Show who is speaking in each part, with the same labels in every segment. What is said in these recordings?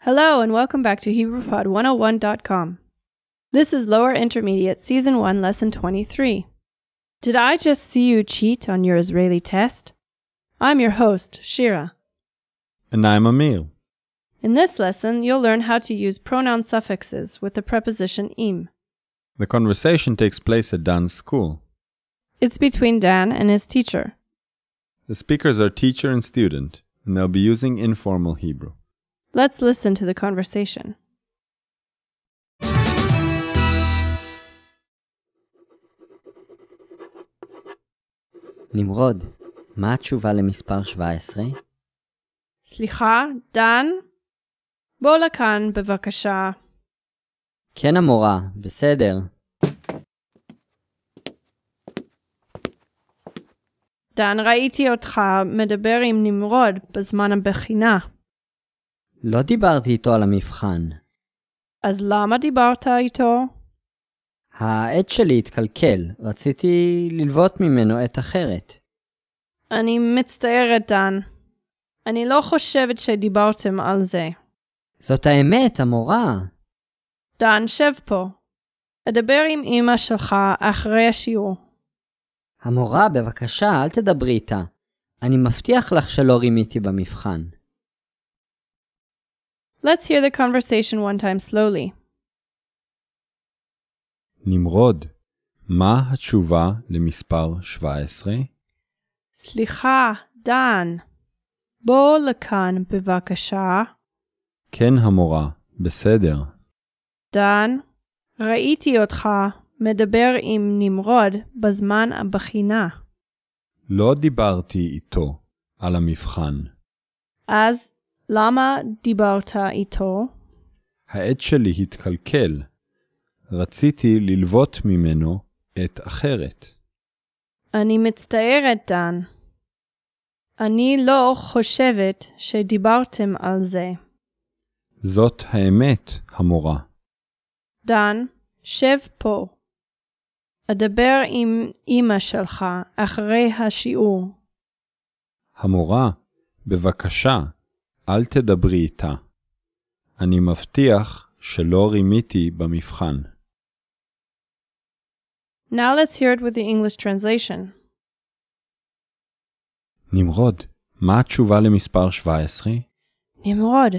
Speaker 1: Hello, and welcome back to HebrewPod101.com. This is Lower Intermediate, Season 1, Lesson 23. Did I just see you cheat on your Israeli test? I'm your host, Shira.
Speaker 2: And I'm Emil.
Speaker 1: In this lesson, you'll learn how to use pronoun suffixes with the preposition im.
Speaker 2: The conversation takes place at Dan's school.
Speaker 1: It's between Dan and his teacher.
Speaker 2: The speakers are teacher and student, and they'll be using informal Hebrew.
Speaker 1: Let's listen to the conversation.
Speaker 3: נמרוד, מה התשובה למספר 17?
Speaker 1: סליחה, דן? בוא לכאן, בבקשה.
Speaker 3: כן, המורה, בסדר.
Speaker 1: דן, ראיתי אותך מדבר עם נמרוד בזמן הבחינה.
Speaker 3: לא דיברתי איתו על המבחן.
Speaker 1: אז למה דיברת איתו?
Speaker 3: העט שלי התקלקל, רציתי ללוות ממנו עת אחרת.
Speaker 1: אני מצטערת, דן. אני לא חושבת שדיברתם על זה.
Speaker 3: זאת האמת, המורה.
Speaker 1: דן, שב פה. אדבר עם אמא שלך אחרי השיעור.
Speaker 3: המורה, בבקשה, אל תדברי איתה. אני מבטיח לך שלא רימיתי במבחן.
Speaker 1: Let's hear the conversation one time slowly.
Speaker 2: נמרוד, מה התשובה למספר 17?
Speaker 1: סליחה, דן. בוא לכאן בבקשה.
Speaker 2: כן, המורה, בסדר.
Speaker 1: דן, ראיתי אותך מדבר עם נמרוד בזמן הבחינה.
Speaker 2: לא דיברתי איתו על המבחן.
Speaker 1: אז למה דיברת איתו?
Speaker 2: העט שלי התקלקל. רציתי ללוות ממנו עת אחרת.
Speaker 1: אני מצטערת, דן. אני לא חושבת שדיברתם על זה.
Speaker 2: זאת האמת, המורה.
Speaker 1: דן, שב פה. אדבר עם אמא שלך אחרי השיעור.
Speaker 2: המורה, בבקשה, אל תדברי איתה. אני מבטיח שלא רימיתי במבחן.
Speaker 1: Now let's hear it with the English translation.
Speaker 2: נמרוד, מה התשובה למספר 17?
Speaker 1: נמרוד,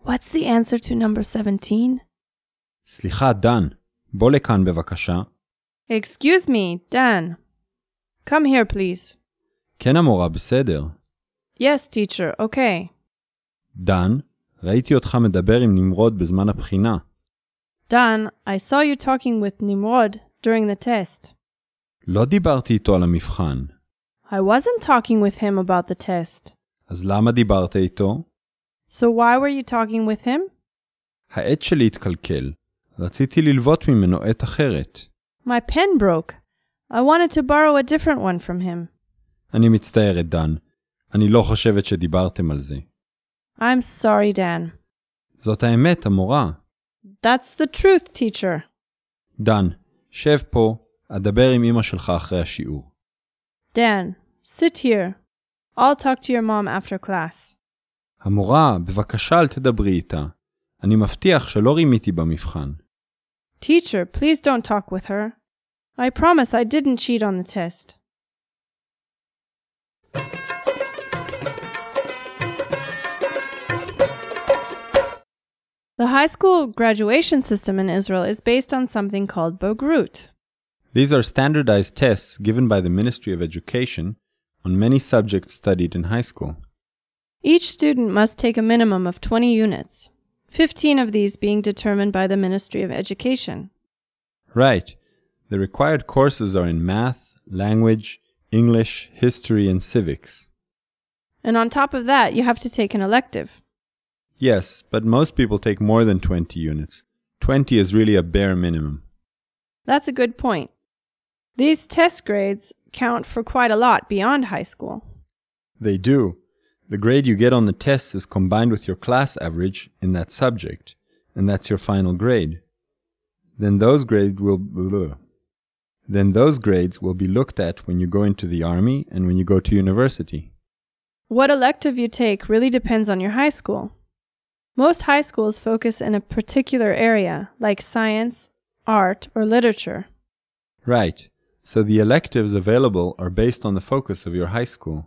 Speaker 1: what's the answer to number 17?
Speaker 2: סליחה, דן, בוא לכאן בבקשה.
Speaker 1: Excuse me, Dan. Come here, please.
Speaker 2: כן, המורה, בסדר.
Speaker 1: Yes, teacher, okay.
Speaker 2: דן, ראיתי אותך מדבר עם נמרוד בזמן הבחינה.
Speaker 1: Dan, I saw you talking with Nimrod during the test.
Speaker 2: לא דיברתי איתו על המבחן,
Speaker 1: I wasn't talking with him about the test.
Speaker 2: אז למה דיברת איתו?
Speaker 1: So why were you talking with him?
Speaker 2: העט שלי התקלקל. רציתי ללוות ממנו עת אחרת.
Speaker 1: My pen broke. I wanted to borrow a different one from him.
Speaker 2: אני מצטערת, דן. אני לא חושבת שדיברתם על זה.
Speaker 1: I'm sorry, Dan.
Speaker 2: זאת האמת, המורה.
Speaker 1: That's the truth, teacher.
Speaker 2: דן, שב פה, אדבר עם אמא שלך אחרי השיעור.
Speaker 1: Dan, sit here. I'll talk to your mom after class.
Speaker 2: המורה, בבקשה אל תדברי איתה. אני מבטיח שלא רימיתי במבחן.
Speaker 1: Teacher, please don't talk with her. I promise I didn't cheat on the test. The high school graduation system in Israel is based on something called Bogrut.
Speaker 2: These are standardized tests given by the Ministry of Education on many subjects studied in high school.
Speaker 1: Each student must take a minimum of 20 units, 15 of these being determined by the Ministry of Education.
Speaker 2: Right. The required courses are in math, language, English, history, and civics.
Speaker 1: And on top of that, you have to take an elective.
Speaker 2: Yes, but most people take more than 20 units. 20 is really a bare minimum.
Speaker 1: That's a good point. These test grades count for quite a lot beyond high school.
Speaker 2: They do. The grade you get on the tests is combined with your class average in that subject, and that's your final grade. Then those grades will bleh. Then those grades will be looked at when you go into the army and when you go to university.
Speaker 1: What elective you take really depends on your high school. Most high schools focus in a particular area, like science, art, or literature.
Speaker 2: Right. So the electives available are based on the focus of your high school.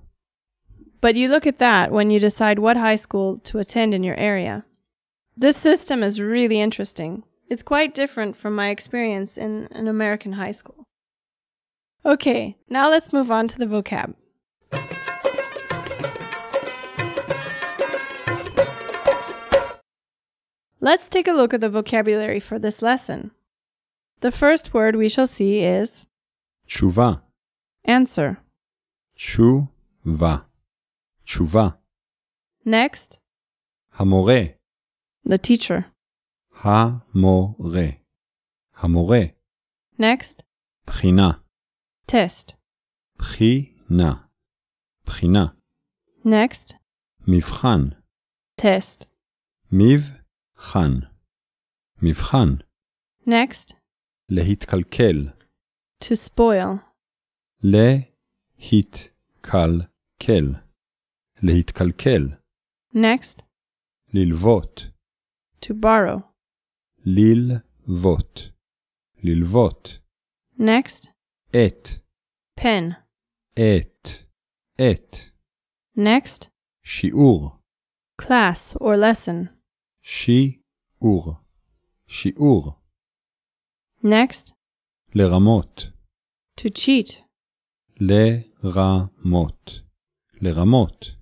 Speaker 1: But you look at that when you decide what high school to attend in your area. This system is really interesting. It's quite different from my experience in an American high school. Okay, now let's move on to the vocab. Let's take a look at the vocabulary for this lesson. The first word we shall see is
Speaker 2: Tshuva.
Speaker 1: answer.
Speaker 2: Tshuva. Tshuva.
Speaker 1: Next,
Speaker 2: המורה.
Speaker 1: the teacher.
Speaker 2: המורה. המורה.
Speaker 1: Next,
Speaker 2: בחינה.
Speaker 1: test.
Speaker 2: בחינה. בחינה.
Speaker 1: Next,
Speaker 2: מבחן.
Speaker 1: test.
Speaker 2: מבחן. מבחן.
Speaker 1: Next,
Speaker 2: להתקלקל.
Speaker 1: to spoil.
Speaker 2: להתקלקל. להתקלקל.
Speaker 1: Next,
Speaker 2: ללוות.
Speaker 1: to borrow.
Speaker 2: ללוות. ללוות.
Speaker 1: Next,
Speaker 2: את.
Speaker 1: pen.
Speaker 2: את. את.
Speaker 1: Next,
Speaker 2: שיעור.
Speaker 1: class or lesson.
Speaker 2: שיעור. שיעור.
Speaker 1: Next,
Speaker 2: לרמות.
Speaker 1: to cheat.
Speaker 2: לרמות. לרמות.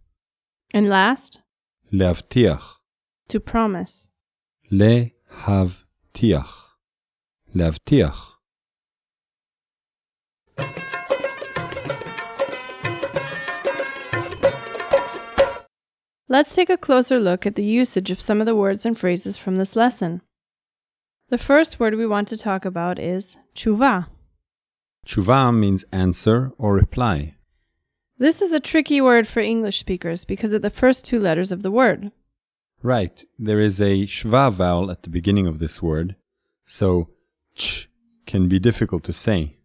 Speaker 1: And last,
Speaker 2: להבטיח.
Speaker 1: to promise.
Speaker 2: להבטיח. להבטיח.
Speaker 1: Let's take a closer look at the usage of some of the words and phrases from this lesson. The first word we want to talk about is tshuva.
Speaker 2: Tshuva means answer or reply.
Speaker 1: This is a tricky word for English speakers because of the first two letters of the word.
Speaker 2: Right, there is a shva vowel at the beginning of this word, so ch can be difficult to say.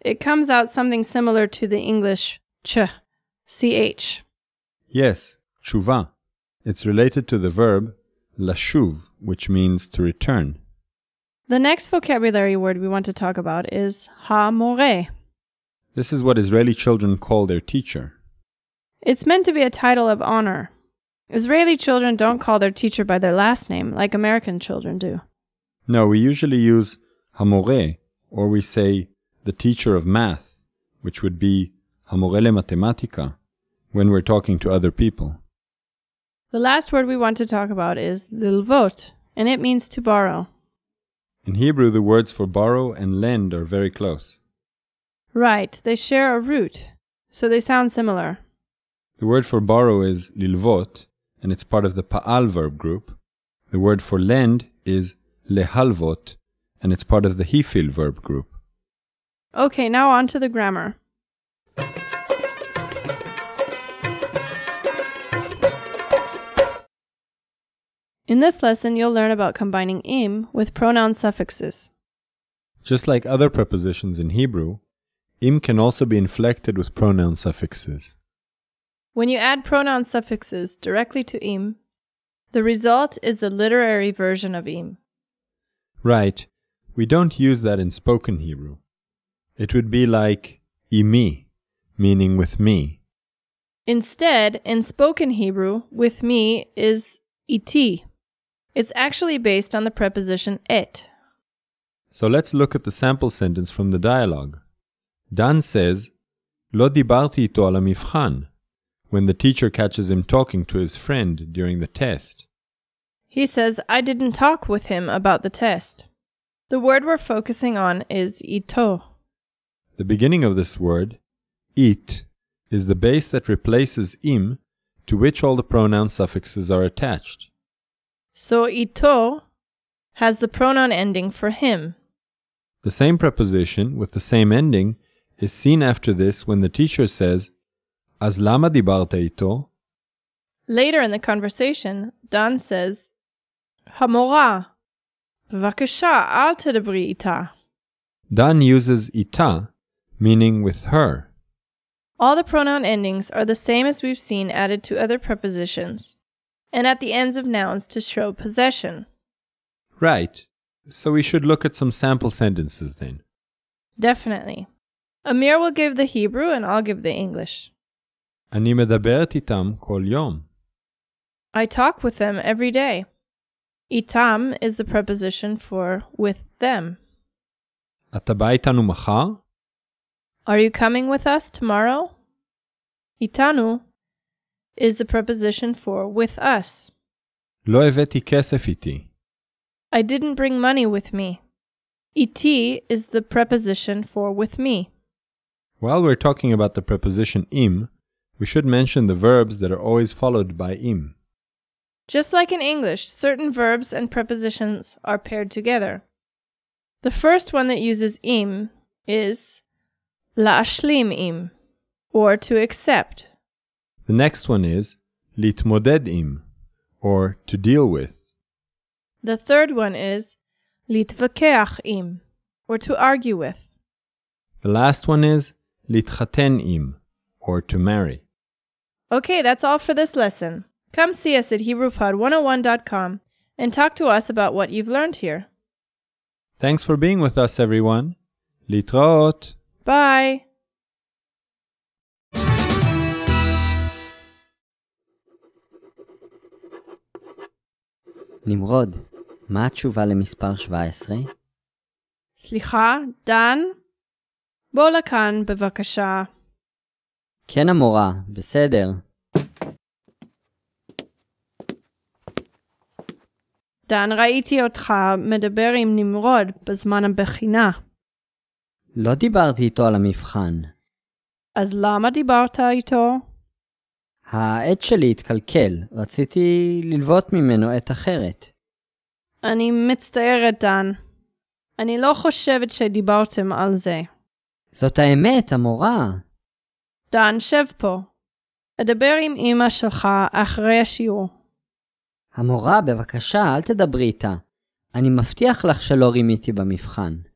Speaker 1: It comes out something similar to the English ch, ch.
Speaker 2: Yes, tshuva. It's related to the verb lashuv, which means to return.
Speaker 1: The next vocabulary word we want to talk about is ha-more.
Speaker 2: This is what Israeli children call their teacher.
Speaker 1: It's meant to be a title of honor. Israeli children don't call their teacher by their last name like American children do.
Speaker 2: No, we usually use hamore, or we say the teacher of math, which would be hamore le matematika, when we're talking to other people.
Speaker 1: The last word we want to talk about is lilvot, and it means to borrow.
Speaker 2: In Hebrew, the words for borrow and lend are very close.
Speaker 1: Right, they share a root, so they sound similar.
Speaker 2: The word for borrow is lilvot, and it's part of the pa'al verb group. The word for lend is lehalvot, and it's part of the hifil verb group.
Speaker 1: Okay, now on to the grammar. In this lesson, you'll learn about combining im with pronoun suffixes.
Speaker 2: Just like other prepositions in Hebrew, im can also be inflected with pronoun suffixes.
Speaker 1: When you add pronoun suffixes directly to im, the result is the literary version of im.
Speaker 2: Right. We don't use that in spoken Hebrew. It would be like imi, meaning with me.
Speaker 1: Instead, in spoken Hebrew, with me is iti. It's actually based on the preposition et.
Speaker 2: So let's look at the sample sentence from the dialogue. Dan says, "Lo dibarti ito al hamivchan," when the teacher catches him talking to his friend during the test.
Speaker 1: He says, I didn't talk with him about the test. The word we're focusing on is ito.
Speaker 2: The beginning of this word, it, is the base that replaces im, to which all the pronoun suffixes are attached.
Speaker 1: So ito has the pronoun ending for him.
Speaker 2: The same preposition with the same ending is seen after this when the teacher says, "Az lama dibarte ito?"
Speaker 1: Later in the conversation, Dan says, Hamora, b'vakasha al tedabri ita.
Speaker 2: Dan uses ita, meaning with her.
Speaker 1: All the pronoun endings are the same as we've seen added to other prepositions. and at the ends of nouns to show possession.
Speaker 2: Right. So we should look at some sample sentences then.
Speaker 1: Definitely. Amir will give the Hebrew and I'll give the English.
Speaker 2: אני מדברת איתם כל יום.
Speaker 1: I talk with them every day. Itam is the preposition for with them.
Speaker 2: אתה בא איתנו מחר?
Speaker 1: Are you coming with us tomorrow? Itanu is the preposition for with us.
Speaker 2: לא הבאתי כסף איתי.
Speaker 1: I didn't bring money with me. Iti is the preposition for with me.
Speaker 2: While we're talking about the preposition im, we should mention the verbs that are always followed by im.
Speaker 1: Just like in English, certain verbs and prepositions are paired together. The first one that uses im is להשלים im, or to accept.
Speaker 2: The next one is להתמודד im, or to deal with.
Speaker 1: The third one is להתווכח im, or to argue with.
Speaker 2: The last one is להתחתן im, or to marry.
Speaker 1: Okay, that's all for this lesson. Come see us at HebrewPod101.com and talk to us about what you've learned here.
Speaker 2: Thanks for being with us, everyone. להתראות!
Speaker 1: Bye!
Speaker 3: נמרוד, מה התשובה למספר 17?
Speaker 1: סליחה, דן? בוא לכאן בבקשה.
Speaker 3: כן, המורה, בסדר.
Speaker 1: דן, ראיתי אותך מדבר עם נמרוד בזמן הבחינה.
Speaker 3: לא דיברתי איתו על המבחן.
Speaker 1: אז למה דיברת איתו?
Speaker 3: העט שלי התקלקל, רציתי ללוות ממנו עת אחרת.
Speaker 1: אני מצטערת, דן. אני לא חושבת שדיברתם על זה.
Speaker 3: זאת האמת, המורה.
Speaker 1: דן, שב פה. אדבר עם אמא שלך אחרי השיעור.
Speaker 3: המורה, בבקשה, אל תדברי איתה. אני מבטיח לך שלא רימיתי במבחן.